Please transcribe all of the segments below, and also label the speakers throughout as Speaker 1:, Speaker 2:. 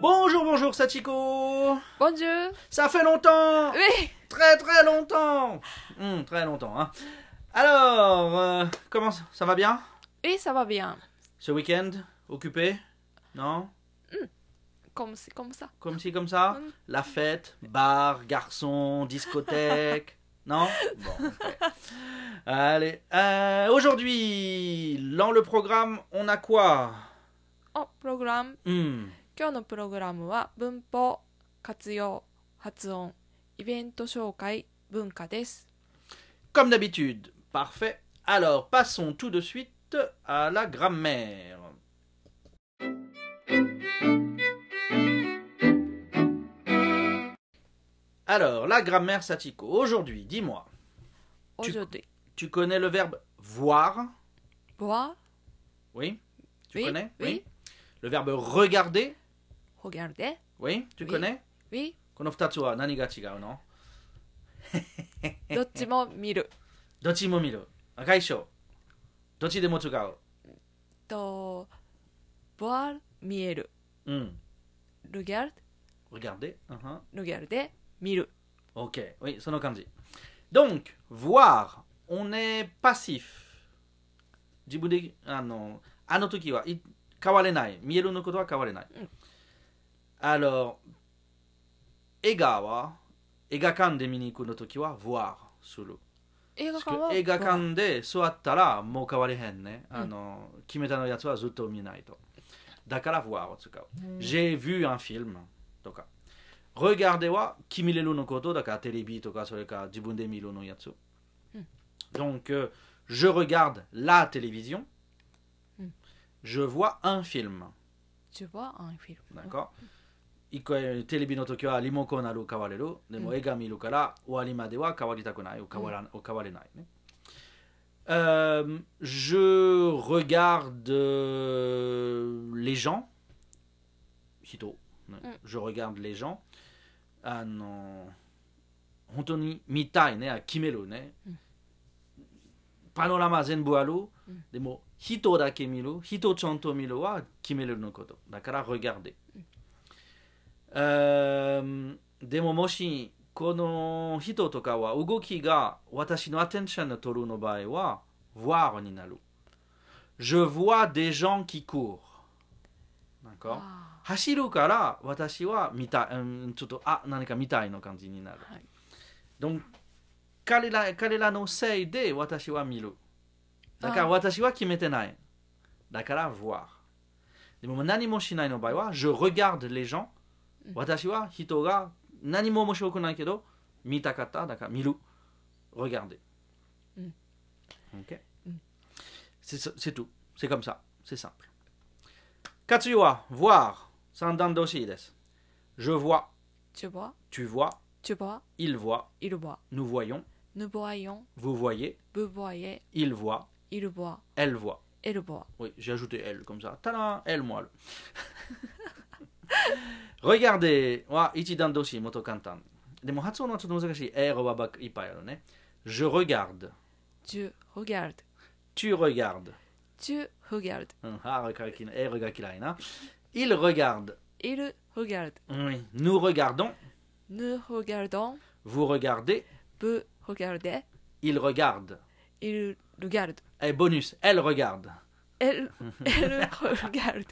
Speaker 1: Bonjour, bonjour Sachiko
Speaker 2: Bonjour
Speaker 1: Ça fait longtemps
Speaker 2: Oui
Speaker 1: Très très longtemps Hum, Très longtemps, hein. Alors, euh, comment ça ça va bien
Speaker 2: Oui, ça va bien.
Speaker 1: Ce week-end Occupé Non
Speaker 2: Comme, si- comme ça.
Speaker 1: Comme ci, comme ça
Speaker 2: Hum.
Speaker 1: La fête Bar, garçon, discothèque Non Bon, ok. Allez, euh, aujourd'hui, dans le programme, on a quoi
Speaker 2: お、プログラム。
Speaker 1: Hum.
Speaker 2: 今日のプログラムは文法、活用、発音、イベント紹介、文化です。
Speaker 1: Comme d'habitude. Parfait. Alors, passons tout de suite à la grammaire. Alors, la grammaire satiko. Aujourd'hui, dis-moi,
Speaker 2: おじょで。
Speaker 1: tu connais le verbe voir
Speaker 2: voir
Speaker 1: Oui Tu
Speaker 2: Oui,
Speaker 1: connais
Speaker 2: oui.
Speaker 1: Le verbe regarder
Speaker 2: ほげるで。
Speaker 1: Oui Tu
Speaker 2: Oui.
Speaker 1: connais
Speaker 2: oui
Speaker 1: この2つは何が違うの
Speaker 2: どっちも見る。
Speaker 1: どっちも見る。赤い章。どっちでも違う。
Speaker 2: と、voir 見える。
Speaker 1: うん。
Speaker 2: ルギャル、
Speaker 1: Hmm. regarder. uh-huh.
Speaker 2: ルギャルで見る。
Speaker 1: Ok, oui, c'est nos kanji. Donc, voir, on est passif. Jibu de, ah non, à no toki wa i- kawarenai, mieru no koto wa kawarenai.
Speaker 2: Mm.
Speaker 1: Alors, ega wa, egakan de miniku no toki wa voir suru.
Speaker 2: 映画
Speaker 1: Parce
Speaker 2: 館は
Speaker 1: que 映画館で座ったらもう変われへんね、あの決めたのやつはずっと見ないとだから voir を使う、J'ai vu un film とか Regarder は決めれるのことだからテレビとかそれから自分で見るのやつ、Donc euh, je regarde la télévision、
Speaker 2: うん
Speaker 1: Je vois un film
Speaker 2: ジュバアンフィルム。
Speaker 1: d'accord 一回テレビの時はリモコンなる買われるでも映画見るから終わりまでは変わりたくない変わら、変われないね、Euh, je regarde euh, les gens 人、ね
Speaker 2: うん
Speaker 1: je regarde les gens Ah あの本当に見たいねあ決めるね、
Speaker 2: うん
Speaker 1: パノラマ全部ある、
Speaker 2: ん
Speaker 1: でも人だけ見る人ちゃんと見るは決めるのことだから regarder、うんでももしこの人とかは動きが私のアテンションを取るの場合は voir になる Je vois des gens qui courent なんか
Speaker 2: あ
Speaker 1: 走るから私は見たい、うん、ちょっとあ何か見たいの感じになる
Speaker 2: ー、はい。
Speaker 1: Donc 彼ら彼らのせいで私は見るだから
Speaker 2: あー
Speaker 1: 私は決めてないだから voir でも何もしないの場合は Je regarde les gens
Speaker 2: うん
Speaker 1: 私は人が何も面白くないけど見たかっただから見る regarder
Speaker 2: うん
Speaker 1: OK
Speaker 2: うん
Speaker 1: c'est ça- c'est tout c'est comme ça c'est simple 活用は voir 三段動詞です Je vois
Speaker 2: ジュバ、
Speaker 1: tu vois
Speaker 2: ジュバ、
Speaker 1: il voit
Speaker 2: イルバ、
Speaker 1: nous voyons
Speaker 2: ヌボアイオン、
Speaker 1: vous voyez
Speaker 2: ブボアイエ、
Speaker 1: il voit
Speaker 2: イルボア、
Speaker 1: elle voit.
Speaker 2: エルボア。
Speaker 1: Oui, j'ai ajouté elle comme ça. Tada, elle moi. Regardez, wa ichidan doshi moto kantan. でも発音はちょっと難しい。英語はばっいっぱいあるね。Je regarde.
Speaker 2: ジュ、ホギャルド。
Speaker 1: Tu regardes. Hum,
Speaker 2: ジュ、ホギャルド。
Speaker 1: うん、あーかき英語が嫌いな。Il regarde.
Speaker 2: イル、ホギャル
Speaker 1: Oui. Nous regardons.
Speaker 2: ド。ヌ、ホギャルドン。
Speaker 1: Vous regardez.
Speaker 2: ブ、ホギャルデ。
Speaker 1: Il regarde.
Speaker 2: イル、ルギャルド。
Speaker 1: Et bonus, elle regarde.
Speaker 2: エル、エル、ホギャルド。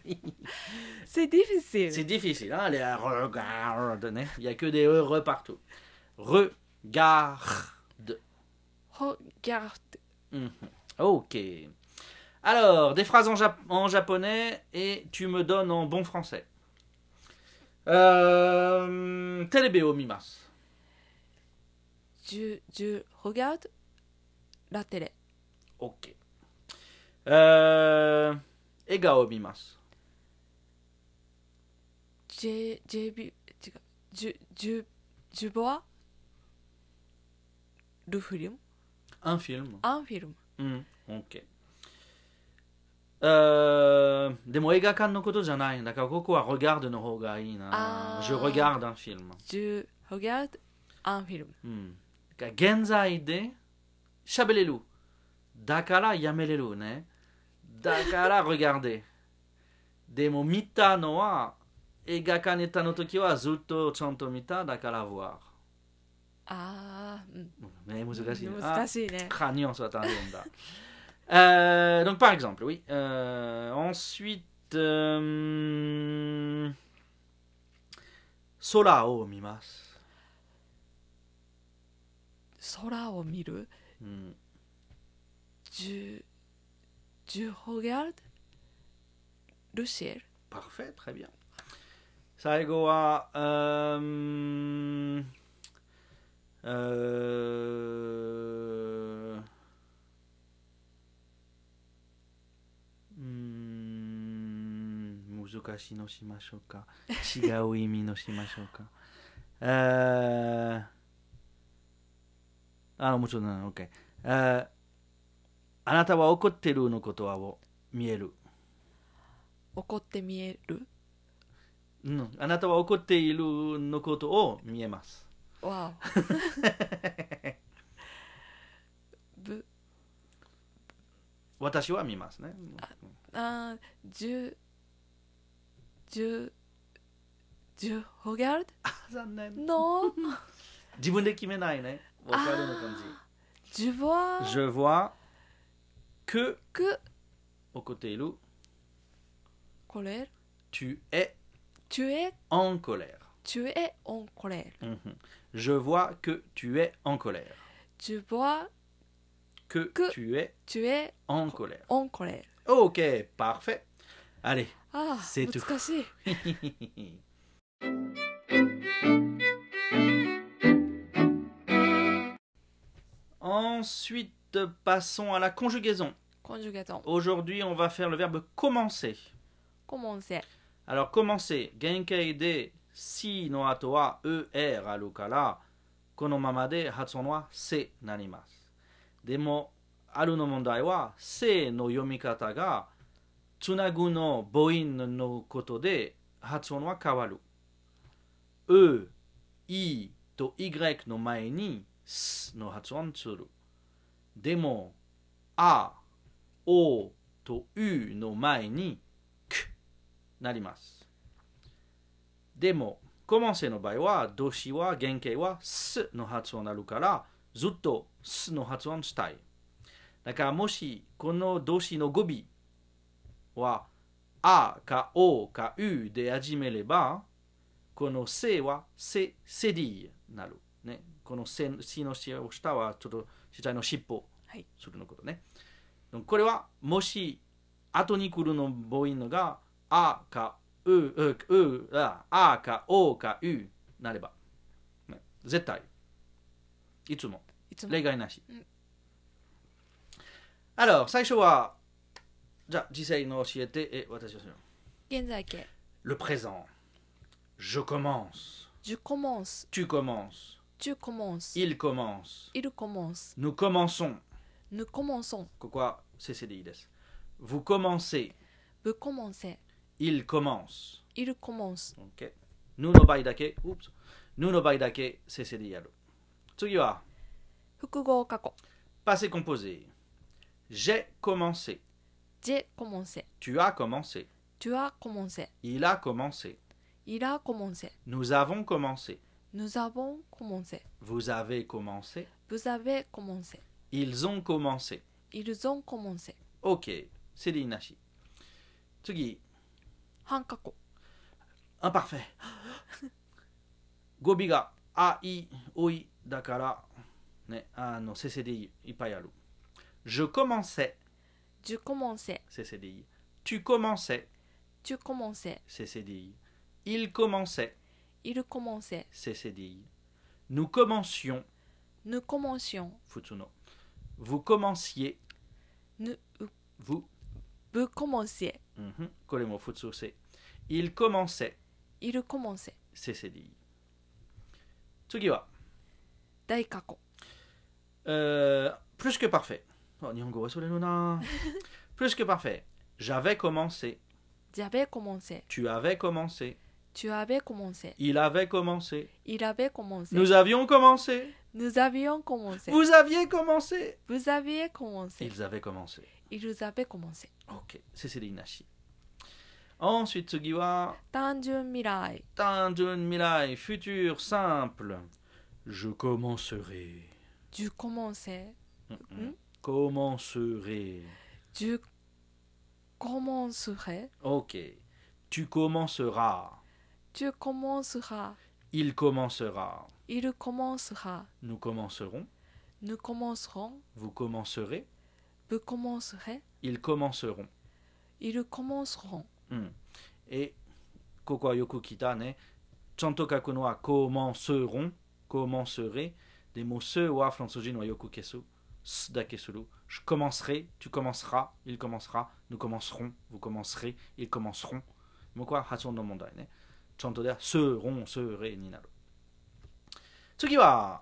Speaker 2: C'est difficile.
Speaker 1: C'est difficile, hein, les regarde. né. Il n'y a que des E, re partout. Regarde.
Speaker 2: ホギャルド。
Speaker 1: Ok. Alors, des phrases en, jap- en japonais et tu me donnes en bon français. Euh, Telebe o mimasu.
Speaker 2: ジュ、ジュ、ホギャルド。ラテレ。
Speaker 1: Ok. Euh, ega o mimasu.
Speaker 2: J JB 違うジュジュジュボアルフィルム
Speaker 1: Un film.
Speaker 2: アンフィルム
Speaker 1: Mm. OK. Euh, えーでも映画館のことじゃないだからここは「d の方がいいな
Speaker 2: あー
Speaker 1: 「Je regarde un film
Speaker 2: ジュホギャードアンフィルム」
Speaker 1: うん、だから現在で喋れるだからやめれるねだから「regarder」でも見たのは映画館に行ったの時はずっとちゃんと見ただから「voir
Speaker 2: あー、うん、」
Speaker 1: ね難しいねあ
Speaker 2: 難しいね
Speaker 1: Cragnon Ah, sur la tangente. Euh, donc, par exemple, oui. Euh, ensuite, euh, Sora o mimas.
Speaker 2: 空を見る
Speaker 1: Hmm.
Speaker 2: ジュジュホギャードルシエル
Speaker 1: Parfait, très bien. Saigo a. Euh, euh, hmm, 難しいのしましょうか違う意味のしましょうかえーあもうちょっとな ah, OK Euh, えーあなたは怒ってるのことはを見える
Speaker 2: 怒って見える
Speaker 1: うん、あなたは怒っているのことを見えます。
Speaker 2: わ おぶ
Speaker 1: 私は見ますね。
Speaker 2: あージュジュジュホギャー
Speaker 1: あ残念。
Speaker 2: ル の
Speaker 1: 自分で決めないね。わかるの
Speaker 2: ジュボア
Speaker 1: 感じ。Je vois que
Speaker 2: ク
Speaker 1: 怒っている。
Speaker 2: コレル
Speaker 1: Tu es
Speaker 2: チュエ
Speaker 1: en colère.
Speaker 2: チュエオンコレル
Speaker 1: Mhm. Je vois que tu es en colère.
Speaker 2: ジュボア
Speaker 1: Que,
Speaker 2: Que-
Speaker 1: tu es
Speaker 2: チュエ
Speaker 1: en colère.
Speaker 2: オンコレル
Speaker 1: Ok, parfait. Allez.
Speaker 2: あ
Speaker 1: C'est tout.
Speaker 2: あ難しい
Speaker 1: Ensuite, passons à la conjugaison.
Speaker 2: コンジュゲーション
Speaker 1: Aujourd'hui, on va faire le verbe commencer.
Speaker 2: コモンセ
Speaker 1: Alors, commencer. Genkai de si no ato wa er aru kara, kono mama de hatsun wa se narimasu. Demo, aru no mondai wa se no yomikata ga tsunagu no boin no koto de hatsun wa kawaru. E, i to y no mae ni s no hatsun tsuru. Demo, a, o to u no mae ni なります。でも、コモンセの場合は、動詞は原型はすの発音になるから、ずっとすの発音したい。だから、もしこの動詞の語尾は、あかおかうで始めれば、このせはせ、せりになる。ね、このせしの下はちょっと下の尻尾
Speaker 2: はい
Speaker 1: するのことね。でもこれは、もし後に来るの母音のが、あかうううああかおかうなれば、ね絶対いつも
Speaker 2: いつも
Speaker 1: 例外なし、
Speaker 2: うん
Speaker 1: Alors 最初はじゃあ実際の教えてえ私はする
Speaker 2: 現在形
Speaker 1: Le présent Je commence
Speaker 2: ジュコモンス
Speaker 1: Tu commences
Speaker 2: ジュコモンス
Speaker 1: Il commence
Speaker 2: イルコモンス
Speaker 1: Nous commençons
Speaker 2: ヌコモンソン
Speaker 1: ここは CCDI です Vous commencez
Speaker 2: ブコモンセ
Speaker 1: Il commence
Speaker 2: イルコモンス
Speaker 1: OK ぬの場合だけ、Oops ぬの場合だけ CCD やる。次は、
Speaker 2: 複合過去
Speaker 1: passé composé. J'ai commencé.
Speaker 2: ジェコモンセ
Speaker 1: Tu as commencé.
Speaker 2: チュアコモンセ
Speaker 1: Il a commencé.
Speaker 2: イラコモンセ
Speaker 1: Nous avons commencé.
Speaker 2: ヌザボンコモンセ
Speaker 1: Vous avez commencé.
Speaker 2: ブザベコモンセ
Speaker 1: Ils ont commencé.
Speaker 2: イルゾンコモンセ
Speaker 1: OK. C'est l'inashi. Tsugi.
Speaker 2: 半過去
Speaker 1: Imparfait. Gobiga. AI. Oi. Dakara. Ne. Ah non. CCDI. Ipayalu. Je commençais.
Speaker 2: ジュコモンセ
Speaker 1: CCDI. Tu commençais.
Speaker 2: チュコモンセ
Speaker 1: CCDI. Il commençait.
Speaker 2: イルコモンセ
Speaker 1: CCDI. Nous commencions.
Speaker 2: ヌコモンシオン
Speaker 1: Futsuno. Vous commenciez,
Speaker 2: ヌ
Speaker 1: vous,
Speaker 2: ブコモンセ
Speaker 1: mhm, Koremo Futsu, c'est. Il commençait,
Speaker 2: いるコモンセ
Speaker 1: CCD 次は、
Speaker 2: 大過去
Speaker 1: えー euh, plus que parfait Oh, あ日本語忘れるな plus que parfait j'avais commencé
Speaker 2: ジャベコモンセ
Speaker 1: tu avais commencé
Speaker 2: チュアベコモンセ
Speaker 1: il avait commencé
Speaker 2: イラベコモンセ
Speaker 1: nous avions commencé
Speaker 2: ヌザビオンコモンセ
Speaker 1: vous aviez commencé
Speaker 2: ブザビエコモンセ
Speaker 1: ils avaient commencé
Speaker 2: イルザベコモンセ
Speaker 1: ok CCD nashi ensuite 次は
Speaker 2: 単純未来
Speaker 1: Tanjun Mirai, futur simple. Je commencerai.
Speaker 2: ジュコモンセ
Speaker 1: Mm-hmm.
Speaker 2: Hmm?
Speaker 1: Commencerai.
Speaker 2: ジュコモンスヘ
Speaker 1: Ok. Tu commenceras.
Speaker 2: ジュコモンスハ
Speaker 1: Il commencera.
Speaker 2: イルコモンスハ
Speaker 1: Nous commencerons.
Speaker 2: ヌコモンスホン
Speaker 1: Vous commencerez.
Speaker 2: ブコモンスヘ
Speaker 1: Ils commenceront.
Speaker 2: イルコモンスホン
Speaker 1: Hmm. Et Koko Yoku Kita, ne Chanto Kakunoa commenceront. Commencerai. Des mots se wa fransoji no yoku kesu. S da kesuru. Je commencerai, tu commenceras, il commencera, nous commencerons, vous commencerez, ils commenceront. Moko wa hatson no mondai ne. Chanto de seront, serez ni naru. Tsugi wa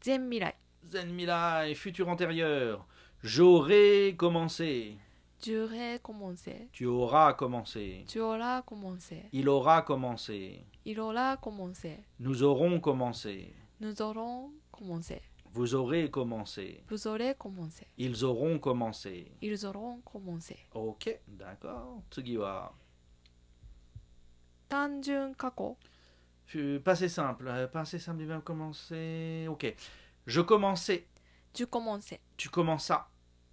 Speaker 2: 全未来
Speaker 1: zen mirai, futur antérieur. J'aurai commencé,
Speaker 2: ジュレコモンセ
Speaker 1: tu auras commencé,
Speaker 2: ジョラコモンセ
Speaker 1: il aura commencé,
Speaker 2: イロラコモンセ
Speaker 1: nous aurons commencé,
Speaker 2: ヌゾロンコモンセ
Speaker 1: vous aurez commencé,
Speaker 2: ブゾレコモンセ
Speaker 1: ils auront commencé.
Speaker 2: イルゾロンコモンセ
Speaker 1: Ok, d'accord. Tsugi wa
Speaker 2: 単純過去
Speaker 1: Fut- Passé simple. euh, Passé simple, il va commencer. Ok. Je commençais.
Speaker 2: ジュコモンセ
Speaker 1: Tu commenças.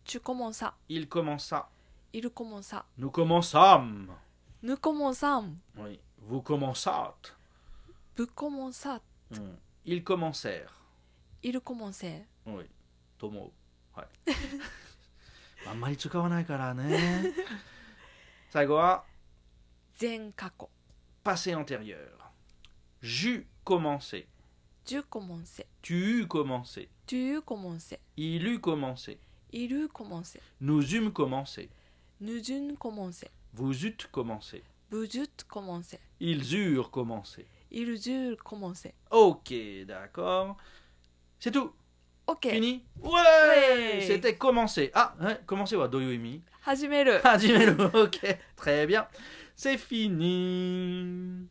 Speaker 2: チュコモンサ
Speaker 1: Il commença.
Speaker 2: イルコモンサ
Speaker 1: Nous commençâmes.
Speaker 2: ヌコモンサン
Speaker 1: Oui. Vous commençâtes.
Speaker 2: ブコモンサ
Speaker 1: Hmm. Ils commencèrent.
Speaker 2: イルコモンセ
Speaker 1: Oui. Tomo. Ouais. Bah, あんまり使わないからね。最後は
Speaker 2: 全過去
Speaker 1: passé antérieur. J'eus commencé.
Speaker 2: ジュコモンセ
Speaker 1: Tu eus commencé.
Speaker 2: ジュユコモンセ
Speaker 1: Il eut commencé.
Speaker 2: イルコモンセ
Speaker 1: Nous eûmes commencé.
Speaker 2: ヌジュンコモンセ
Speaker 1: Vous eûtes commencé.
Speaker 2: ブジュッコモンセ
Speaker 1: Ils eurent commencé.
Speaker 2: イルジューコモンセ
Speaker 1: Ok, d'accord. C'est tout.
Speaker 2: OK
Speaker 1: Fini Ouais,
Speaker 2: Ouais.
Speaker 1: C'était commencer. Ah, hein, commencer, ouais, doyoimi.
Speaker 2: 始める
Speaker 1: Ah, dis-le, ok. Très bien. C'est fini.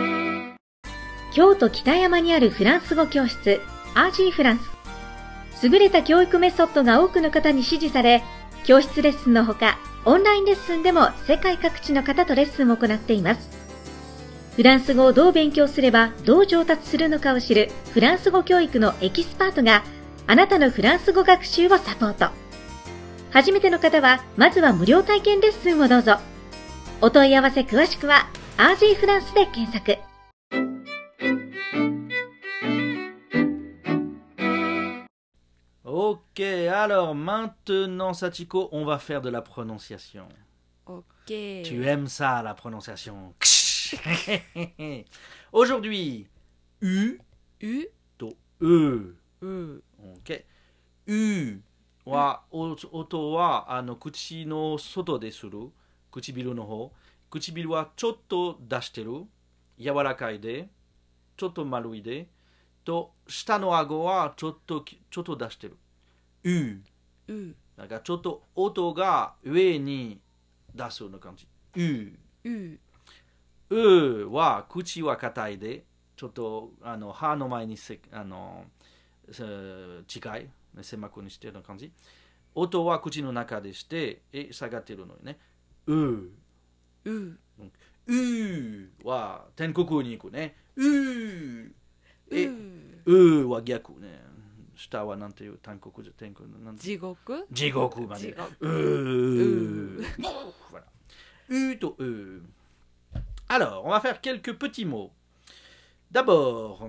Speaker 3: K 京都北山にあるフランス語教室、アージーフランス。優れた教育メソッドが多くの方に支持され、教室レッスンのほか、オンラインレッスンでも世界各地の方とレッスンを行っています。フランス語をどう勉強すれば、どう上達するのかを知るフランス語教育のエキスパートが、あなたのフランス語学習をサポート。初めての方は、まずは無料体験レッスンをどうぞ。お問い合わせ詳しくは、アージーフランスで検索。
Speaker 1: Ok, alors maintenant, Satiko, on va faire de la prononciation.
Speaker 2: OK
Speaker 1: Tu aimes ça, la prononciation. Aujourd'hui, U,
Speaker 2: う
Speaker 1: to, E.
Speaker 2: う
Speaker 1: OK。うは、お音はあの口の外でする。唇の方。唇はちょっと出してる。柔らかいで。ちょっと丸いで。と、下の顎はちょっときちょっと出してる。う。
Speaker 2: う
Speaker 1: なんかちょっと音が上に出すような感じ。う。
Speaker 2: う
Speaker 1: うは口は硬いで、ちょっとあの歯の前にせあのせ近い、狭くにしてるような感じ。音は口の中でして、え下がってるのよね。う。
Speaker 2: う
Speaker 1: うは天国に行くね。う。え
Speaker 2: う
Speaker 1: うは逆ね。下はなんていう天国じゃ天国のなんて
Speaker 2: 地獄
Speaker 1: 地獄ま
Speaker 2: 地
Speaker 1: で。
Speaker 2: 獄
Speaker 1: うー Euh, Voilà. U to E. Alors, on va faire quelques petits mots. D'abord,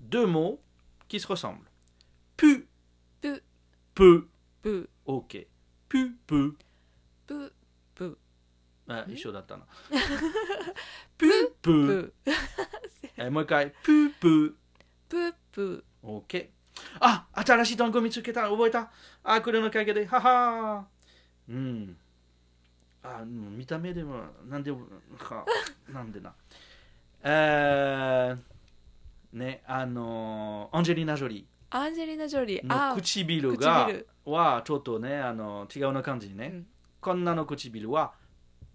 Speaker 1: deux mots qui se ressemblent. Pu,
Speaker 2: ぷ
Speaker 1: peu.
Speaker 2: ぷ
Speaker 1: Ok. Pu, peu.
Speaker 2: ぷ
Speaker 1: Ah,
Speaker 2: Hmm?
Speaker 1: il chaud d'attendre. Pu, peu.
Speaker 2: ぷ
Speaker 1: Et moi, quand pu, peu.
Speaker 2: ぷぷ
Speaker 1: OK。あ、新しい単語見つけた、覚えた。あ、これのおかげで、はは。うん。あうん見た目でもなんでも かなんでなえー、ねあのアンジェリーナ・ジョリ
Speaker 2: アンジェリーナ・ジョリー
Speaker 1: ーの
Speaker 2: あ
Speaker 1: 唇が
Speaker 2: 唇
Speaker 1: はちょっとねあの違うな感じね、
Speaker 2: うん
Speaker 1: こんなの唇は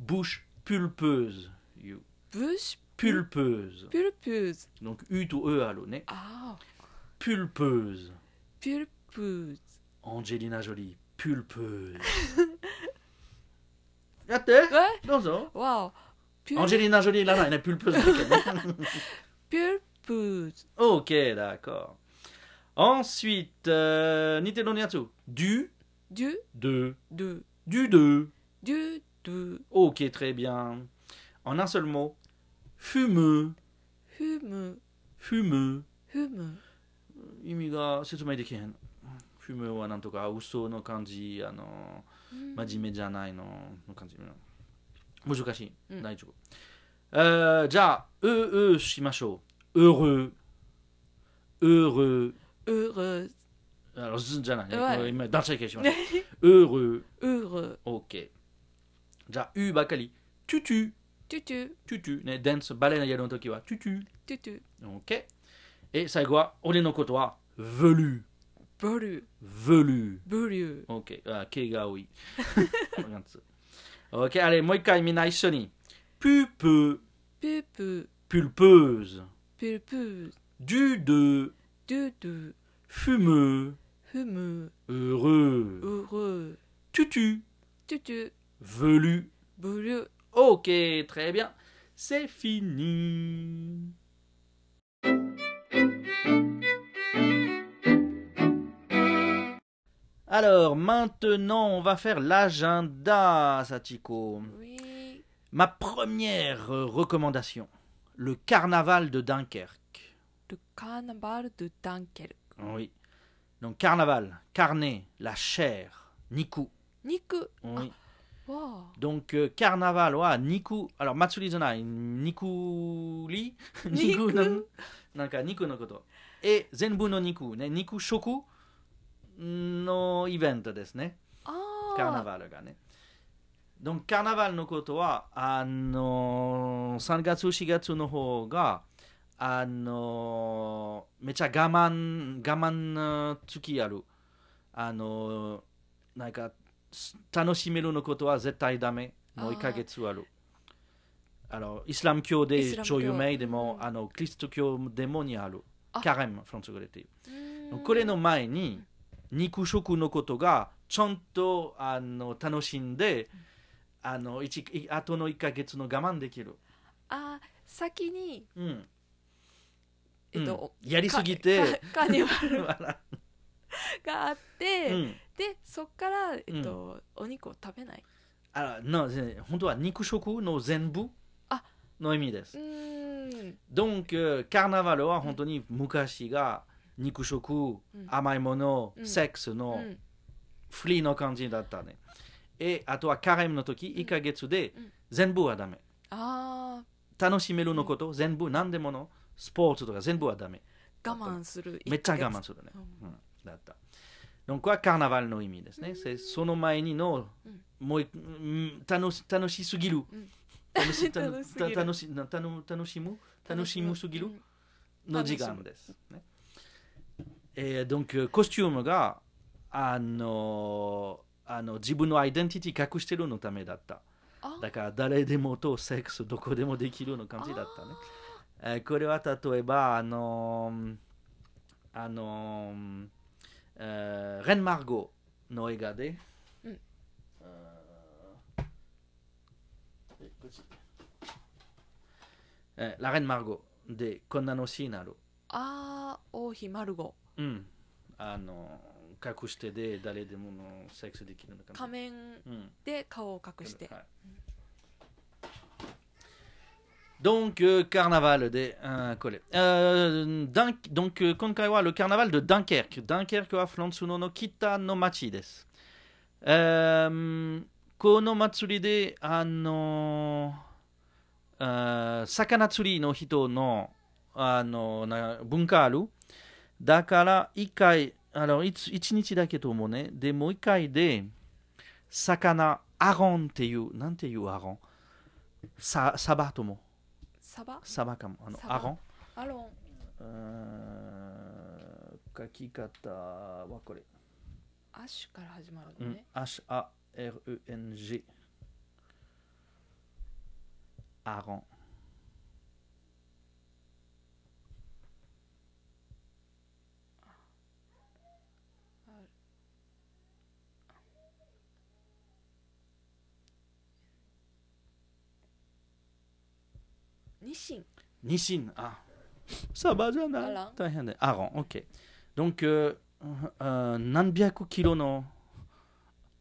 Speaker 1: ブッシュ・プルプーズいう
Speaker 2: ブッシュ
Speaker 1: プルプーズ
Speaker 2: ピュルプーズ
Speaker 1: donc U と E あるね
Speaker 2: ああ
Speaker 1: プルプーズ
Speaker 2: ピュルプーズ
Speaker 1: アンジェリーナ・ジョリープルプーズやって
Speaker 2: え
Speaker 1: どうぞ
Speaker 2: わおピ
Speaker 1: アンジェ
Speaker 2: ュル
Speaker 1: リーナ・ジョリーいらないねプルプーズだけどね
Speaker 2: ピュルプーズ
Speaker 1: Ok, d'accord. Ensuite, euh, Nintendo Niatsu. Du,
Speaker 2: デュ
Speaker 1: de,
Speaker 2: ドゥ
Speaker 1: du, de.
Speaker 2: デュドゥ
Speaker 1: Ok, très bien. En un seul mot. Fumeux,
Speaker 2: フム
Speaker 1: fumeux.
Speaker 2: フム
Speaker 1: Imiga, c'est tout maïdekien. Fumeux, ou en tout cas, uso no kanji, ano, majime janai no, no kanji. no. Muzukashi,
Speaker 2: Mm.
Speaker 1: daijuku. Euh, ja, e, e, shimasho. Heureux. Heureux.
Speaker 2: ウル
Speaker 1: Alors, z, janai.
Speaker 2: Ouais.
Speaker 1: Ouais. Dansai ke shimasho. Heureux.
Speaker 2: ウル
Speaker 1: OK。じゃあ、うばかり。トゥトゥ、
Speaker 2: トゥトゥ
Speaker 1: トゥトゥ。ね、ダンス、バレエのやるの時は、トゥトゥ。
Speaker 2: トゥトゥ
Speaker 1: OK。え、最後は、俺のことは、velu、
Speaker 2: ブルー
Speaker 1: velu。
Speaker 2: ブリュー
Speaker 1: OK。あ、毛が多い。 わかんないっす OK。あれ、もう一回みんな一緒に。プープー、
Speaker 2: ピュルプー
Speaker 1: プルプーズ、
Speaker 2: ピュルプーズ
Speaker 1: ドゥドゥ、
Speaker 2: ドゥドゥ
Speaker 1: フム、
Speaker 2: フム
Speaker 1: ウル、
Speaker 2: ウル
Speaker 1: トゥトゥ、
Speaker 2: トゥトゥ
Speaker 1: velu。
Speaker 2: ブルー
Speaker 1: Ok, très bien. C'est fini. Alors, maintenant, on va faire l'agenda, Satiko.
Speaker 2: ウィー
Speaker 1: Ma première euh, recommandation, le carnaval de Dunkerque.
Speaker 2: ルカーナバルドゥダンケル
Speaker 1: Oui. Donc, carnaval, carnet, la chair, Niku.
Speaker 2: 肉
Speaker 1: Oui.
Speaker 2: わ
Speaker 1: Donc, euh, carnaval, wa, Niku. Alors, Matsuri Zonai, Nikuli.
Speaker 2: あ
Speaker 1: 肉のなんか肉のこと。え、全部の肉ね、肉食のイベントですね、
Speaker 2: あ
Speaker 1: カーナバルがね。でもカーナバルのことは、あのー、3月、4月の方が、あのー、めちゃ我慢、我慢の月ある。あのー、なんか、す楽しめるのことは絶対ダメ。もう1ヶ月ある。あの、イスラム教
Speaker 2: イス
Speaker 1: で
Speaker 2: ラム教
Speaker 1: 超有名でも、
Speaker 2: うん
Speaker 1: あの、キリスト教でもにある
Speaker 2: あ。
Speaker 1: カレム、フランス語で言う。
Speaker 2: うーん
Speaker 1: これの前に肉食のことがちゃんとあの楽しんであの一いあとの1ヶ月の我慢できる、
Speaker 2: あー先に
Speaker 1: うん
Speaker 2: えっと、
Speaker 1: うんやりすぎて
Speaker 2: カーニバル
Speaker 1: 笑
Speaker 2: があっ
Speaker 1: う
Speaker 2: て、
Speaker 1: ん
Speaker 2: でそっから、えっとお肉を食べない
Speaker 1: あのぜ本当は肉食の全部
Speaker 2: あ
Speaker 1: の意味で
Speaker 2: う
Speaker 1: す
Speaker 2: ーん
Speaker 1: Donc えーカーナバルは本当に昔が肉食、
Speaker 2: ん
Speaker 1: 甘いもの、
Speaker 2: うん
Speaker 1: セックス
Speaker 2: う
Speaker 1: の、
Speaker 2: ん
Speaker 1: フリーの感じだったねえあとはカレムの時1ヶ月で
Speaker 2: うん
Speaker 1: 全部はダメ
Speaker 2: あ
Speaker 1: 楽しめるのこと、全部何でものスポーツとか全部はダメ
Speaker 2: ー我慢する
Speaker 1: めっちゃ我
Speaker 2: 一ヶ
Speaker 1: 慢
Speaker 2: 月
Speaker 1: するね、
Speaker 2: う
Speaker 1: うん、だったdonc これはカーナバルの意味ですね、せその前にの、
Speaker 2: うん
Speaker 1: もういうん楽し楽しすぎる、
Speaker 2: ん
Speaker 1: 楽 した
Speaker 2: 楽しすぎる
Speaker 1: 楽しな楽楽しむ楽しむすぎる
Speaker 2: うん
Speaker 1: の時間です、ねえー、donc コスチュームがあのあの自分のアイデンティティ隠してるのためだった
Speaker 2: あ
Speaker 1: だから誰でもとセックスどこでもできるの感じだったね。えーこれは例えばあのーあのーえーレン・マーゴの映画で、
Speaker 2: うん
Speaker 1: あーえこっちえーラレン・マーゴでこんなのシーンある。
Speaker 2: あー王妃マルゴ
Speaker 1: うん、あのー隠してで誰でものセックスできるの感
Speaker 2: 仮面
Speaker 1: じ。うん
Speaker 2: で顔を隠して
Speaker 1: Donc, euh, carnaval des euh, collés. Euh, Dun- donc, euh, Konkaiwa, le carnaval de Dunkerque. Dunkerque wa Flansuno no Kita no Machi desu. Euh, kono matsuri de, ano, euh, sakana tsuri no hito no, ano, na, bunka aru. だから、一回、あの、いつ一日だけと思うね。で、もう一回で、魚アゴンっていう、なんていうアゴンササバとも、
Speaker 2: サバ
Speaker 1: サバかも。あの
Speaker 2: サバ
Speaker 1: アゴン
Speaker 2: アロン
Speaker 1: うーん書き方はこれ。
Speaker 2: アッシュから始まる
Speaker 1: う
Speaker 2: の
Speaker 1: ん
Speaker 2: ね、、
Speaker 1: E H-A-R-E-N-G。アゴン。
Speaker 2: ニシン
Speaker 1: ニシン。あサバじゃ
Speaker 2: ア
Speaker 1: な
Speaker 2: ラ
Speaker 1: い
Speaker 2: ン。
Speaker 1: 大変だ。アゴン。OK。Donc, euh, euh, 何百キロの、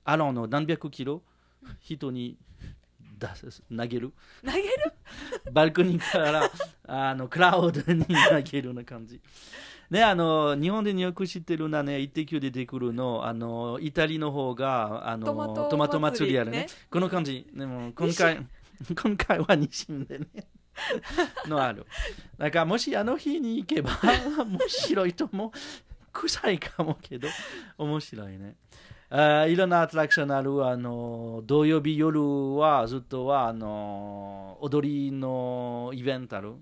Speaker 1: アロンの何百キロ人に出す投げる。
Speaker 2: 投げる
Speaker 1: バルコニーからあのクラウドに投げるような感じ。ね、あの日本でよく知ってるなね、一滴出てくるの、あのイタリアの方があの
Speaker 2: トマト
Speaker 1: トマト祭りやるね
Speaker 2: ね
Speaker 1: この感じ、でも今回 今回は西でね。のある。だからもしあの日に行けば面白いとも臭いかもけど面白いね。あーいろんなアトラクションある、あの土曜日夜はずっとはあの踊りのイベントある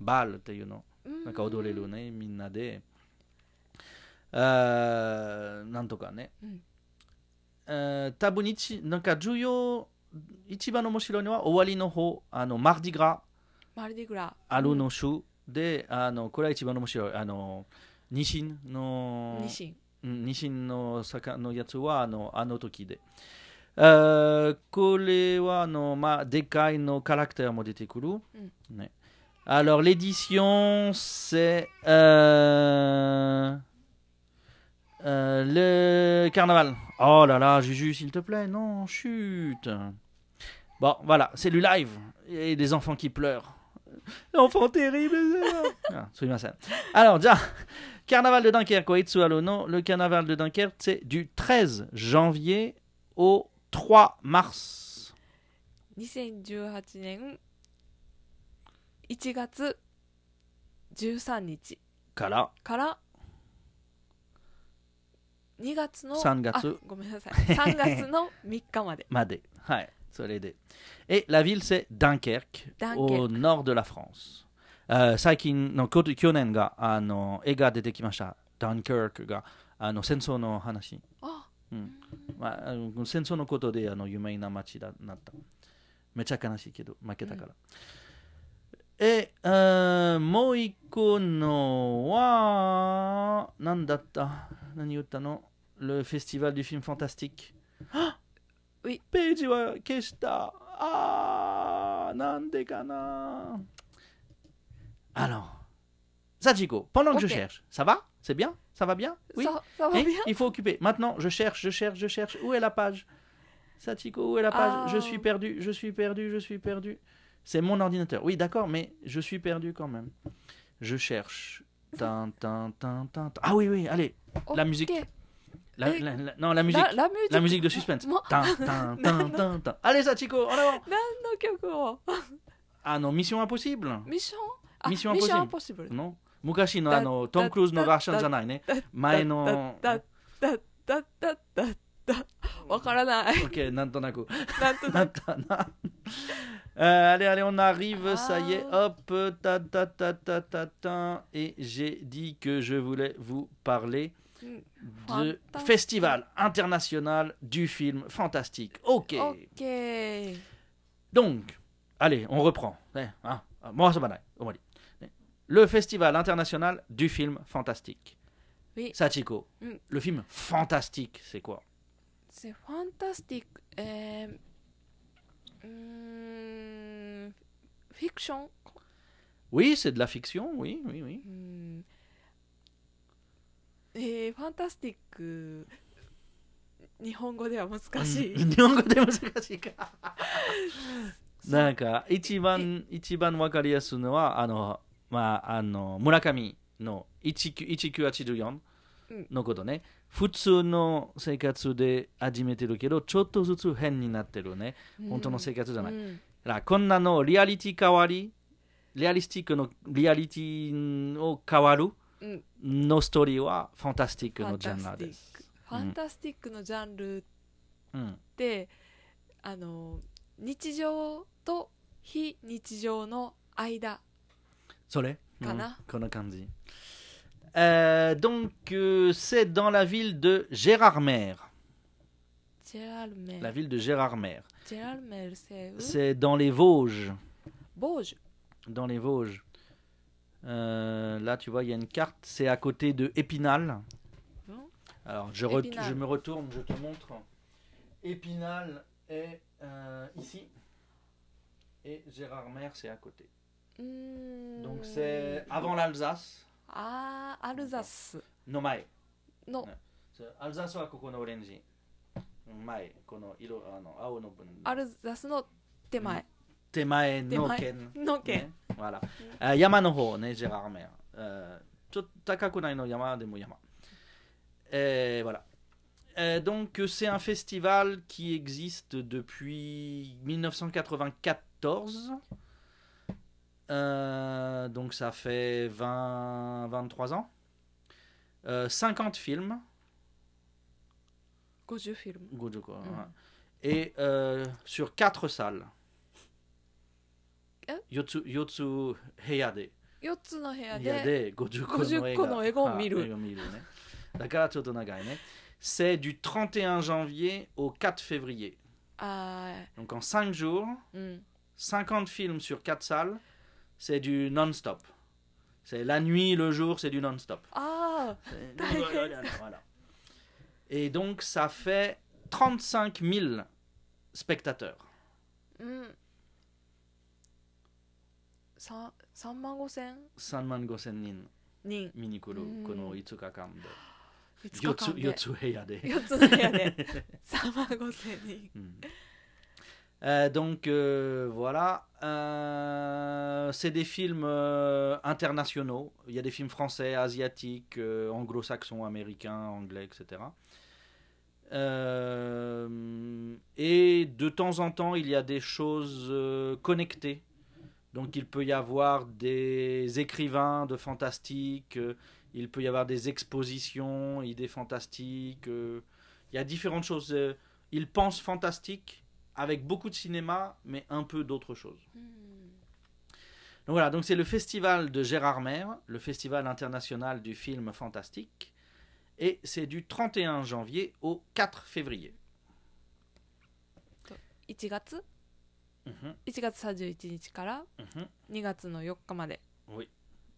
Speaker 1: バールっていうのなんか踊れるねみんなであーなんとかね、
Speaker 2: うん
Speaker 1: えー多分一なんか重要一番面白いのは終わりの方あのマーディグラ
Speaker 2: マルディグラ
Speaker 1: アルの州で、あのこれは一番面白いあのニシンの
Speaker 2: ニシン
Speaker 1: うんニシンの魚のやつはあのあの時で。あーこれはあの、まあ、でかいのキャラクターも出てくる。ね、Alors l'édition c'est euh, euh, le carnaval. Oh là là, Juju, s'il te plaît, non, chut. Bon, voilà, c'est le live et des enfants qui pleurent. L'enfant terrible. c'est ça. Ah, souviens ça. Alors, déjà, Carnaval de Dunkerque, Koetsu Alono, le carnaval de Dunkerque, c'est du 13 janvier au 3 mars.
Speaker 2: 2018年1月13日
Speaker 1: Kala,
Speaker 2: から2月の
Speaker 1: 3月
Speaker 2: あごめんなさい3月の3日 まで
Speaker 1: Madé. Ouais, ça l'aidait. Et la ville, c'est Dunkerque,
Speaker 2: Dunkerque.
Speaker 1: au nord de la France. Euh, 最近のこと去年があの映画出てきました。ダンケルクがあの戦争の話、
Speaker 2: あ
Speaker 1: まああの、戦争のことであの有名な街だなった。めっちゃ悲しいけど負けたから。え、あーもう一個のは何だった何言ったの ?Le Festival du Film Fantastique。
Speaker 2: うい
Speaker 1: ページは消した。あー、なんでかな Alors, ça, Chico, pendant que je
Speaker 2: Ok.
Speaker 1: cherche, ça va C'est bien Ça va bien Oui
Speaker 2: ささわ
Speaker 1: Hein
Speaker 2: びや
Speaker 1: Il faut occuper. Maintenant, je cherche, je cherche, je cherche. Où est la page Satiko, où est la page Je
Speaker 2: Ah.
Speaker 1: suis perdu, je suis perdu, je suis perdu. C'est mon ordinateur. Oui, d'accord, mais je suis perdu quand même. Je cherche. Tin, tin, tin, tin, tin. Ah oui, oui, allez. La musique.
Speaker 2: OK
Speaker 1: La-
Speaker 2: Eh,
Speaker 1: la- la- non, la musique.
Speaker 2: La, la musique.
Speaker 1: La musique de suspense.
Speaker 2: Moi-
Speaker 1: Tin, tin, tin, tin, tin. Allez, Satiko, en avant.
Speaker 2: 何の曲を
Speaker 1: Ah non, Mission Impossible.
Speaker 2: ミッションあ
Speaker 1: ミッション
Speaker 2: ミッション
Speaker 1: ア
Speaker 2: ア
Speaker 1: ポ
Speaker 2: ポッシブル
Speaker 1: Non. Mukashi no,
Speaker 2: Da-
Speaker 1: ano, Tom
Speaker 2: da-
Speaker 1: Cruise no
Speaker 2: da-
Speaker 1: version
Speaker 2: da-
Speaker 1: じゃないね。
Speaker 2: だ
Speaker 1: 前の。
Speaker 2: だだだだだだわからない
Speaker 1: OK, なんとなく。
Speaker 2: なん となく
Speaker 1: Natana. Euh, allez, allez, on arrive, ça y est,
Speaker 2: Ah.
Speaker 1: hop, ta ta ta ta ta ta. Et j'ai dit que je voulais vous parler de
Speaker 2: Mm. Fantastique.
Speaker 1: Festival international du film fantastique. Ok.
Speaker 2: オッケー
Speaker 1: Donc, allez, on reprend. Eh, hein, ah, moi, ça va, là, on va dire. Eh, Le Festival international du film fantastique.
Speaker 2: Oui.
Speaker 1: Sachiko,
Speaker 2: Mm.
Speaker 1: le film fantastique, c'est quoi
Speaker 2: せファンタスティックえーうーんフィクション
Speaker 1: Oui, c'est de la fiction, oui, oui, oui.
Speaker 2: うーんえーファンタスティック日本語では難 しい、
Speaker 1: うん日本語で難しい か。なんか一番一番わかりやすいのはあのまああの村上の1984
Speaker 2: うん
Speaker 1: のことね。普通の生活で始めてるけどちょっとずつ変になってるね。本当の生活じゃない。
Speaker 2: うん
Speaker 1: だからこんなのリアリティ変わり、リアリスティックのリアリティを変わる
Speaker 2: うん
Speaker 1: のストーリーはファンタスティック
Speaker 2: ファ
Speaker 1: の
Speaker 2: ン
Speaker 1: ジャ
Speaker 2: タ
Speaker 1: ン
Speaker 2: ス
Speaker 1: ル
Speaker 2: ティ
Speaker 1: で
Speaker 2: ッ
Speaker 1: す。
Speaker 2: クファンタスティックのジャンルっ
Speaker 1: うん
Speaker 2: て、あの日常と非日常の間
Speaker 1: Soleil.
Speaker 2: Kana.
Speaker 1: Mm, Kana Kanzi. Euh, donc, euh, c'est dans la ville de Gérardmer.
Speaker 2: ジェラルメ
Speaker 1: La
Speaker 2: ル
Speaker 1: ville de Gérardmer.
Speaker 2: ジェラルメルセウ
Speaker 1: C'est dans les Vosges.
Speaker 2: ボージュ
Speaker 1: Dans les Vosges. Euh, là, tu vois, il y a une carte. C'est à côté de Épinal.
Speaker 2: Bon.
Speaker 1: Alors, je, re-
Speaker 2: Épinal.
Speaker 1: je me retourne, je te montre. Épinal est euh, ici. Et Gérardmer, c'est à côté.
Speaker 2: うーん
Speaker 1: Donc, c'est avant l'Alsace.
Speaker 2: あーアルザス
Speaker 1: Nomae.
Speaker 2: の
Speaker 1: ねアルザスはここのオレンジ前この色あの青の分
Speaker 2: アルザスの手前
Speaker 1: 手前の
Speaker 2: 手
Speaker 1: 県
Speaker 2: の県、
Speaker 1: ね、わらあ山の方ねジェラーメンあちょっと高くないの山でも山えー、voilà Euh, donc c'est un festival qui existe depuis 1994. Euh, donc ça fait 20, 23 ans. Euh, 50 films.
Speaker 2: 50フィルム
Speaker 1: Gojo, quoi,
Speaker 2: Mhm.
Speaker 1: ouais. Et euh, sur quatre salles.
Speaker 2: Hein
Speaker 1: Yotsu, Yotsu Heyade.
Speaker 2: 4つの部屋で
Speaker 1: Heyade, Gojo Kono
Speaker 2: Gojo Kono
Speaker 1: Eiga.
Speaker 2: Eiga
Speaker 1: Ah,
Speaker 2: Miru.
Speaker 1: Eiga Miru, né. Dakara Choto Nagai, né. C'est du 31 janvier au 4 février.
Speaker 2: あ
Speaker 1: Donc en 5 jours,
Speaker 2: ーうん
Speaker 1: 50 films sur quatre salles, c'est du non-stop. C'est la nuit, le jour, c'est du non-stop.
Speaker 2: ああ
Speaker 1: Voilà. Et donc ça fait 35 000 spectateurs.
Speaker 2: うんさ3万5千
Speaker 1: 3万5千人
Speaker 2: 人
Speaker 1: 見に来る
Speaker 2: うん
Speaker 1: この5日間で
Speaker 2: 5
Speaker 1: 4
Speaker 2: 日
Speaker 1: つ
Speaker 2: 間で
Speaker 1: 四つ
Speaker 2: 4つの
Speaker 1: 部屋で、
Speaker 2: 部屋で3万5千人
Speaker 1: うん Mm. Euh, donc euh, voilà, Euh, c'est des films euh, internationaux. Il y a des films français, asiatiques, euh, anglo-saxons, américains, anglais, etc. Euh, et de temps en temps, il y a des choses euh, connectées. Donc il peut y avoir des écrivains de fantastique, euh, il peut y avoir des expositions, idées fantastiques. euh, il y a différentes choses. euh, il pense fantastique avec beaucoup de cinéma, mais un peu d'autres choses.
Speaker 2: うん、
Speaker 1: Donc voilà, donc c'est le festival de Gérardmer, le festival international du film fantastique, et c'est du 31 janvier au 4 février.
Speaker 2: 1月
Speaker 1: Mhm,
Speaker 2: 1月31日から
Speaker 1: mhm.
Speaker 2: 2月の4日まで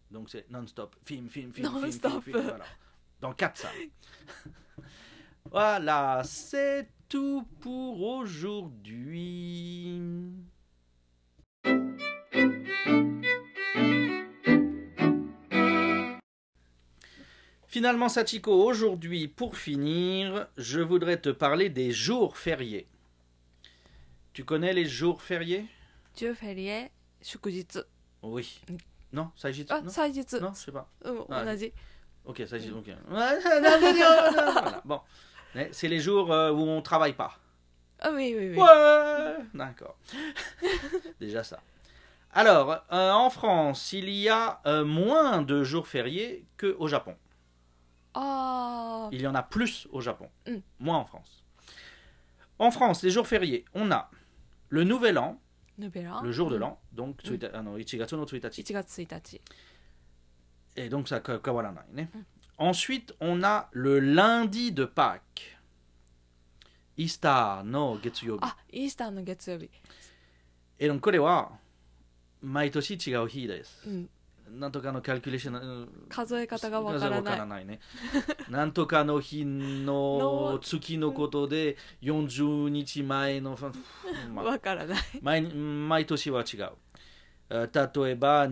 Speaker 1: Donc c'est non-stop, film, film, film, film, film,
Speaker 2: Non-stop.
Speaker 1: film, voilà. Dans quatre salles. voilà, c'est tout pour aujourd'hui. 'Finalement, Sachiko, aujourd'hui, pour finir, je voudrais te parler des jours fériés. Tu connais les jours fériés
Speaker 2: 10フェリエ祝日
Speaker 1: Oui. Non, Saijitsu
Speaker 2: あ
Speaker 1: non
Speaker 2: 祭日
Speaker 1: Non, je sais pas.
Speaker 2: うん
Speaker 1: あ
Speaker 2: 同じ
Speaker 1: Ok, ça, j'ai- ok. Voilà, bon. Mais C'est les jours euh, où on travaille pas.
Speaker 2: あウィウィウィ
Speaker 1: Ouais, d'accord. Déjà ça. Alors, euh, en France, il y a euh, moins de jours fériés qu'au Japon.
Speaker 2: あー
Speaker 1: Il y en a plus au Japon,
Speaker 2: Mm.
Speaker 1: moins en France. En France, les jours fériés, on a le Nouvel An,
Speaker 2: ヌベラン
Speaker 1: le jour de l'an, donc tsuita- ah non, Ichigatsu no Tsuitachi.
Speaker 2: 1月1日
Speaker 1: Et donc ça, ka- kawaranai, né. Ensuite, on a le lundi de Pâques. Easter no Getsuyobi.
Speaker 2: あイースターの月曜日
Speaker 1: Et donc, これは毎年違う日です
Speaker 2: う。ん
Speaker 1: なんとかのカルキュレーションうん
Speaker 2: 数え方がわからな
Speaker 1: わ
Speaker 2: い
Speaker 1: からないね。なんとかの日の
Speaker 2: の
Speaker 1: 月のことで40日前の、まあ
Speaker 2: わからない
Speaker 1: 毎毎年は違う。えー例えば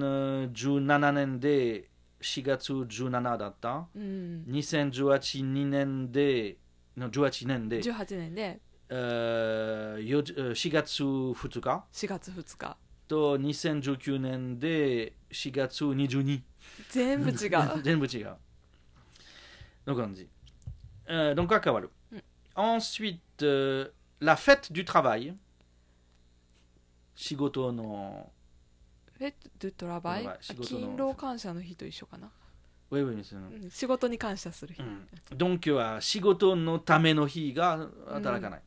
Speaker 1: 2017年で4月17だった。
Speaker 2: うん
Speaker 1: 2018年で、の18年で、
Speaker 2: 18年で
Speaker 1: えーよえー4月2日。
Speaker 2: 4月2日
Speaker 1: と2019年で4月22
Speaker 2: 全部違 う
Speaker 1: 全部違うの感じ、えー、donc は変わる、
Speaker 2: うん
Speaker 1: ensuite、euh, la fête du travail 仕事の
Speaker 2: フェッドゥトラバイ
Speaker 1: トラバイ仕事の
Speaker 2: 勤労感謝の日と一緒かな
Speaker 1: Oui, oui, monsieur.
Speaker 2: うん仕事に感謝する日、
Speaker 1: うん、ドンキは仕事のための日が働かない。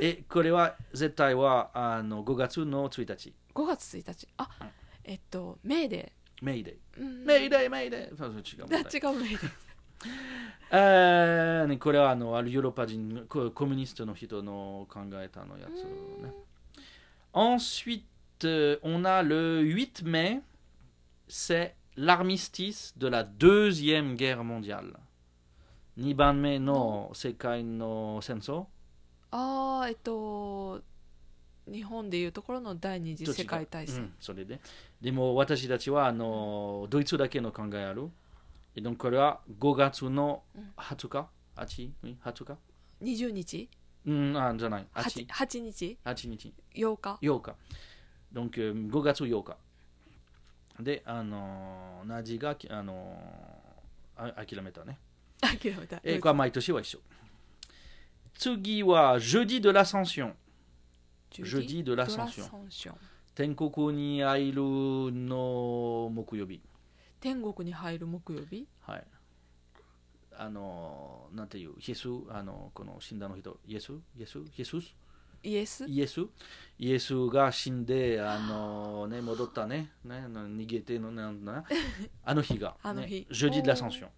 Speaker 1: え、これは絶対はあの5月の1日、
Speaker 2: 5月1日あ
Speaker 1: うん
Speaker 2: えっとメイデ
Speaker 1: メイデイ。
Speaker 2: ー、うん
Speaker 1: メイデイ、メイデイ。そうそう違う問
Speaker 2: あ違
Speaker 1: 題
Speaker 2: うメイデー
Speaker 1: えーねこれはあのあるヨーロッパ人ココミュニストの人の考えたのやつね。Ensuite, euh, on a le 8 mai, c'est l'armistice de la Deuxième Guerre mondiale. 2番目の世界の戦争
Speaker 2: あーえっと日本でいうところの第二次世界大
Speaker 1: う
Speaker 2: 戦
Speaker 1: んそれででも私たちはあのドイツだけの考えあるえdonc これは5月の20日、8うん20日
Speaker 2: 20日
Speaker 1: うんあじゃない
Speaker 2: 8,
Speaker 1: 8,
Speaker 2: 8日
Speaker 1: 8日
Speaker 2: 8日
Speaker 1: 8日 donc えー5月8日であのナジがあのあ諦めたね
Speaker 2: 諦めた
Speaker 1: えーこれは毎年は一緒次は jeudi de l'ascension
Speaker 2: 10
Speaker 1: jeudi de
Speaker 2: ドラ
Speaker 1: l'ascension
Speaker 2: ソンション
Speaker 1: 天国に入るの木曜日
Speaker 2: 天国に入る木曜日
Speaker 1: はい。あの、なんていう、イエス、あの、この死んだの人、イエス、イエス、イエス、
Speaker 2: イエス
Speaker 1: イエス、イエスが死んで、あの、ね、戻ったね、ね、あの逃げての、な んだ、あの日が、
Speaker 2: あの日
Speaker 1: ね、ジョディ・ラサンション。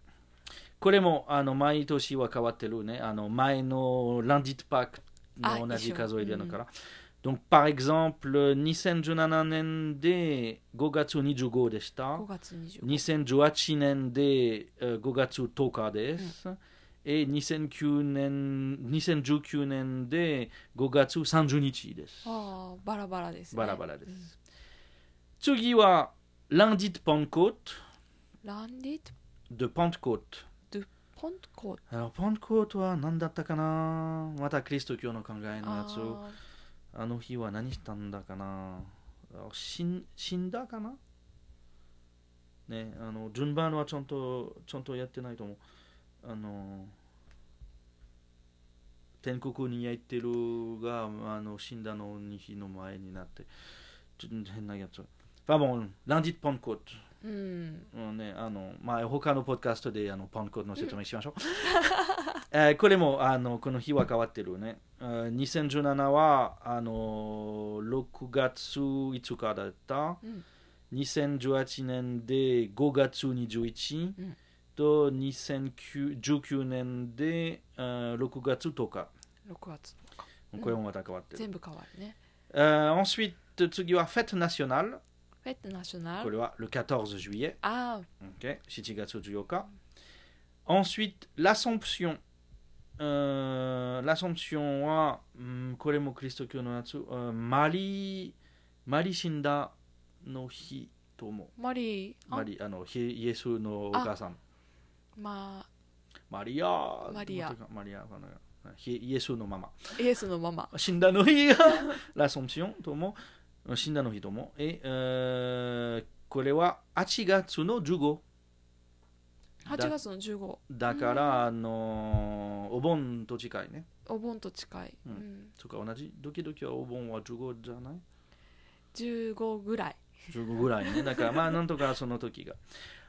Speaker 1: これも、あの、毎年は変わってるね、あの、前のランディット・パーク
Speaker 2: あ
Speaker 1: の同じ
Speaker 2: 一緒
Speaker 1: 数えでのから。Donc, par exemple, 2017年で5月25でした。
Speaker 2: 5月25
Speaker 1: 2018年でえー5月10日です。え2009年、2019年で5月30日です。
Speaker 2: ああバラバラですね
Speaker 1: バラバラで
Speaker 2: うん
Speaker 1: す。次は、ランディット・パンコート、
Speaker 2: ランディット
Speaker 1: でパンコート。
Speaker 2: ポンコート
Speaker 1: あのパンコートは何だったかなまたキリスト教の考えのやつ。あ
Speaker 2: あ
Speaker 1: の日は何したんだかなあ死ん死んだかなね、あの順番はちゃんとちゃんとやってないと思う。あの天国にやってるがあの死んだの日の前になって、ちょっと変なやつ。まあもう、ランディット・パンコート。
Speaker 2: ーうん
Speaker 1: うんね、あの、まあ、他のポッドキャストであのパンコードの説明しましょう。 えーこれもあのこの日は変わってるね。えー2017はあの6月5日だった。
Speaker 2: うん
Speaker 1: 2018年で5月21、
Speaker 2: うん
Speaker 1: と2019年で、えー6月10日。
Speaker 2: 6月とか
Speaker 1: これもまた変わってる。
Speaker 2: 全部変わるね
Speaker 1: Euh, ensuite, 次は Fête nationale。
Speaker 2: フェットナショナ
Speaker 1: こ
Speaker 2: ル
Speaker 1: れはle 14 juillet。
Speaker 2: ああ
Speaker 1: Ok, Shichigatsu Juyoka. Ensuite, l'Assomption. Euh, l'Assomption wa mm, Koremo Kristo Kyo no Natsu. euh, Mari. Mari Shinda no Hi Tomo.
Speaker 2: マリーあ
Speaker 1: Mari, ano, hi, Yesu no
Speaker 2: Ah.
Speaker 1: Okasan.
Speaker 2: まあ
Speaker 1: Maria.
Speaker 2: Maria.
Speaker 1: Maria. voilà. Hi, Yesu no Mama.
Speaker 2: イエスのまま
Speaker 1: Shinda no Hi. L'Assomption, Tomo. euh, Shinda no Hi Tomo. Et. Euh, Kore wa Achigatsu no Jugo.
Speaker 2: 8月の15
Speaker 1: だから、あのーお盆と近いね。
Speaker 2: お盆と近い、
Speaker 1: う
Speaker 2: うんん
Speaker 1: とか同じ、時々はお盆は15じゃない
Speaker 2: 15ぐらい
Speaker 1: ?15 ぐらいね。だからまあなんとかその時が。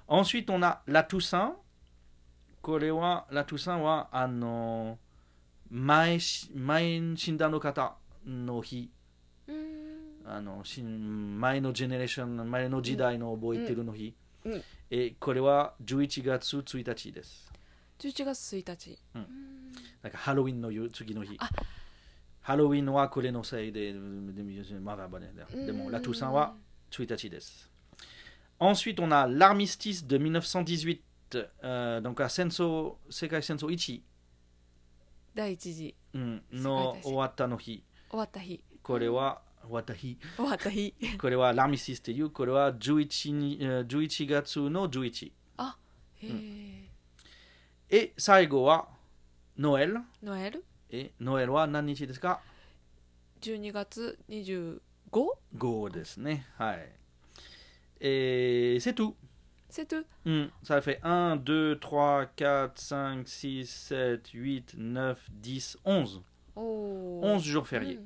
Speaker 1: Ensuite, on a la Toussaint. これは、la Toussaint は、あのー前し、前死んだの方の日、
Speaker 2: うーん
Speaker 1: あの、し前のジェネレーション、前の時代の覚えてるの日。
Speaker 2: うんうん
Speaker 1: え、これは11月1日です。
Speaker 2: 11月1日、
Speaker 1: うん
Speaker 2: うーん
Speaker 1: なんかハロウィンの夕次の日
Speaker 2: あ。
Speaker 1: ハロウィンはこれのせいで、でまだまだねでも、ラトゥーサンは1日です。Ensuite, on a l'armistice de 1918. euh, donc, 戦争、世界戦争1、
Speaker 2: 第一次
Speaker 1: うん、
Speaker 2: 世界大
Speaker 1: の
Speaker 2: 戦
Speaker 1: 終わったの日。
Speaker 2: 終わった日
Speaker 1: これは、終わった日。
Speaker 2: 終わった 日
Speaker 1: これは、ラミシスという、これは11にえー11月の11。
Speaker 2: へえ
Speaker 1: え、最後は、ノエル。
Speaker 2: ノエル
Speaker 1: え、ノエルは何日ですか
Speaker 2: 12月 25?
Speaker 1: 5ですね。はい。えー、c'est tout.
Speaker 2: セトゥ
Speaker 1: Hmm, Ça fait 1, 2, 3, 4, 5, 6, 7, 8, 9, 10, 11.
Speaker 2: おー
Speaker 1: 11 jours fériés.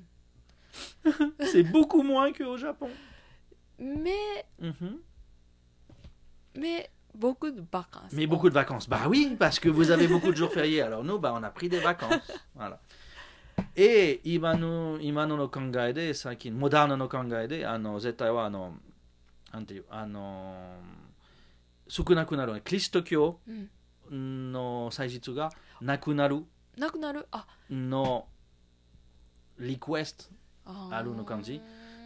Speaker 1: C'est Mm-hmm. beaucoup moins qu'au Japon.
Speaker 2: うん、目
Speaker 1: Mhm.
Speaker 2: 目 beaucoup de vacances.
Speaker 1: Mais beaucoup de vacances. Bah oui, parce que vous avez beaucoup de jours fériés. Alors nous, bah, on a pris des vacances. Voilà. えー、今の今のの考えで、最近、モダンの考えで、あの絶対はあの、なんていう、あの少なくなる、キリスト教
Speaker 2: うん
Speaker 1: の祭日がなくなる
Speaker 2: なくなるあ
Speaker 1: のリクエスト。
Speaker 2: あー
Speaker 1: あるの感じ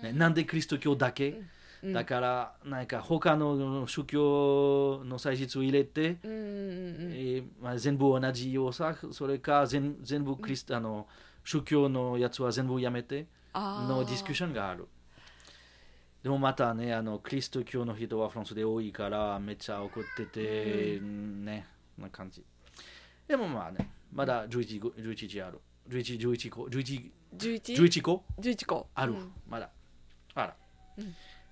Speaker 1: ね、なんでキリスト教だけ、
Speaker 2: うん
Speaker 1: だから、なんか他の宗教の祭日を入れて、
Speaker 2: うんうんうん
Speaker 1: えーまあ、全部同じ要素それか全全部クリス、あの宗教のやつは全部やめて
Speaker 2: あー
Speaker 1: のディスクッションがあるでもまたねあのキリスト教の人はフランスで多いからめっちゃ怒ってて、ねな感じでもまあねまだ11個11時ある11 11個11
Speaker 2: 11
Speaker 1: 11個
Speaker 2: 11個
Speaker 1: ある、
Speaker 2: うん
Speaker 1: まだvoilà
Speaker 2: Mm.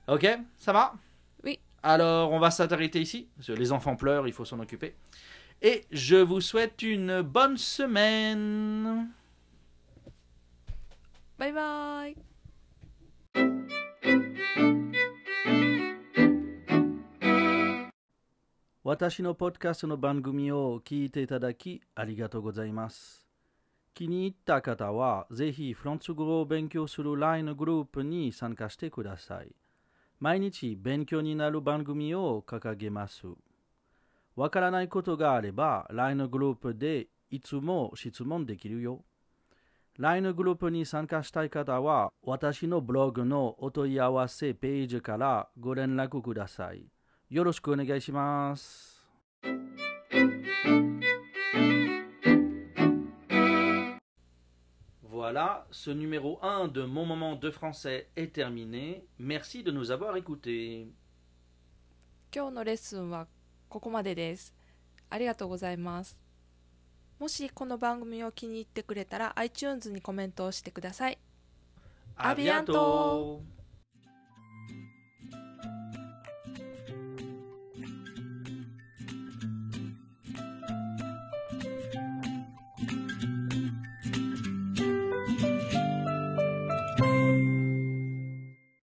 Speaker 1: Mm. ok ça va
Speaker 2: Oui.
Speaker 1: alors on va s'arrêter ici parce que les enfants pleurent il faut s'en occuper et je vous souhaite une bonne semaine
Speaker 2: バイバイ
Speaker 1: 私のポッドキャストの番組を聞いていただきありがとうございます。気に入った方は、ぜひフランス語を勉強する LINE グループに参加してください。毎日勉強になる番組を掲げます。わからないことがあれば、LINE グループでいつも質問できるよ。LINE グループに参加したい方は、私のブログのお問い合わせページからご連絡ください。よろしくお願いします。Voilà, ce numéro 1 de Mon Moment de Français est terminé. Merci de nous avoir écoutés.
Speaker 2: 今日のレッスンはここまでですありがとうございますもしこの番組を気に入ってくれたら iTunes にコメントをしてください
Speaker 1: À
Speaker 2: À
Speaker 1: bientôt.
Speaker 2: bientôt.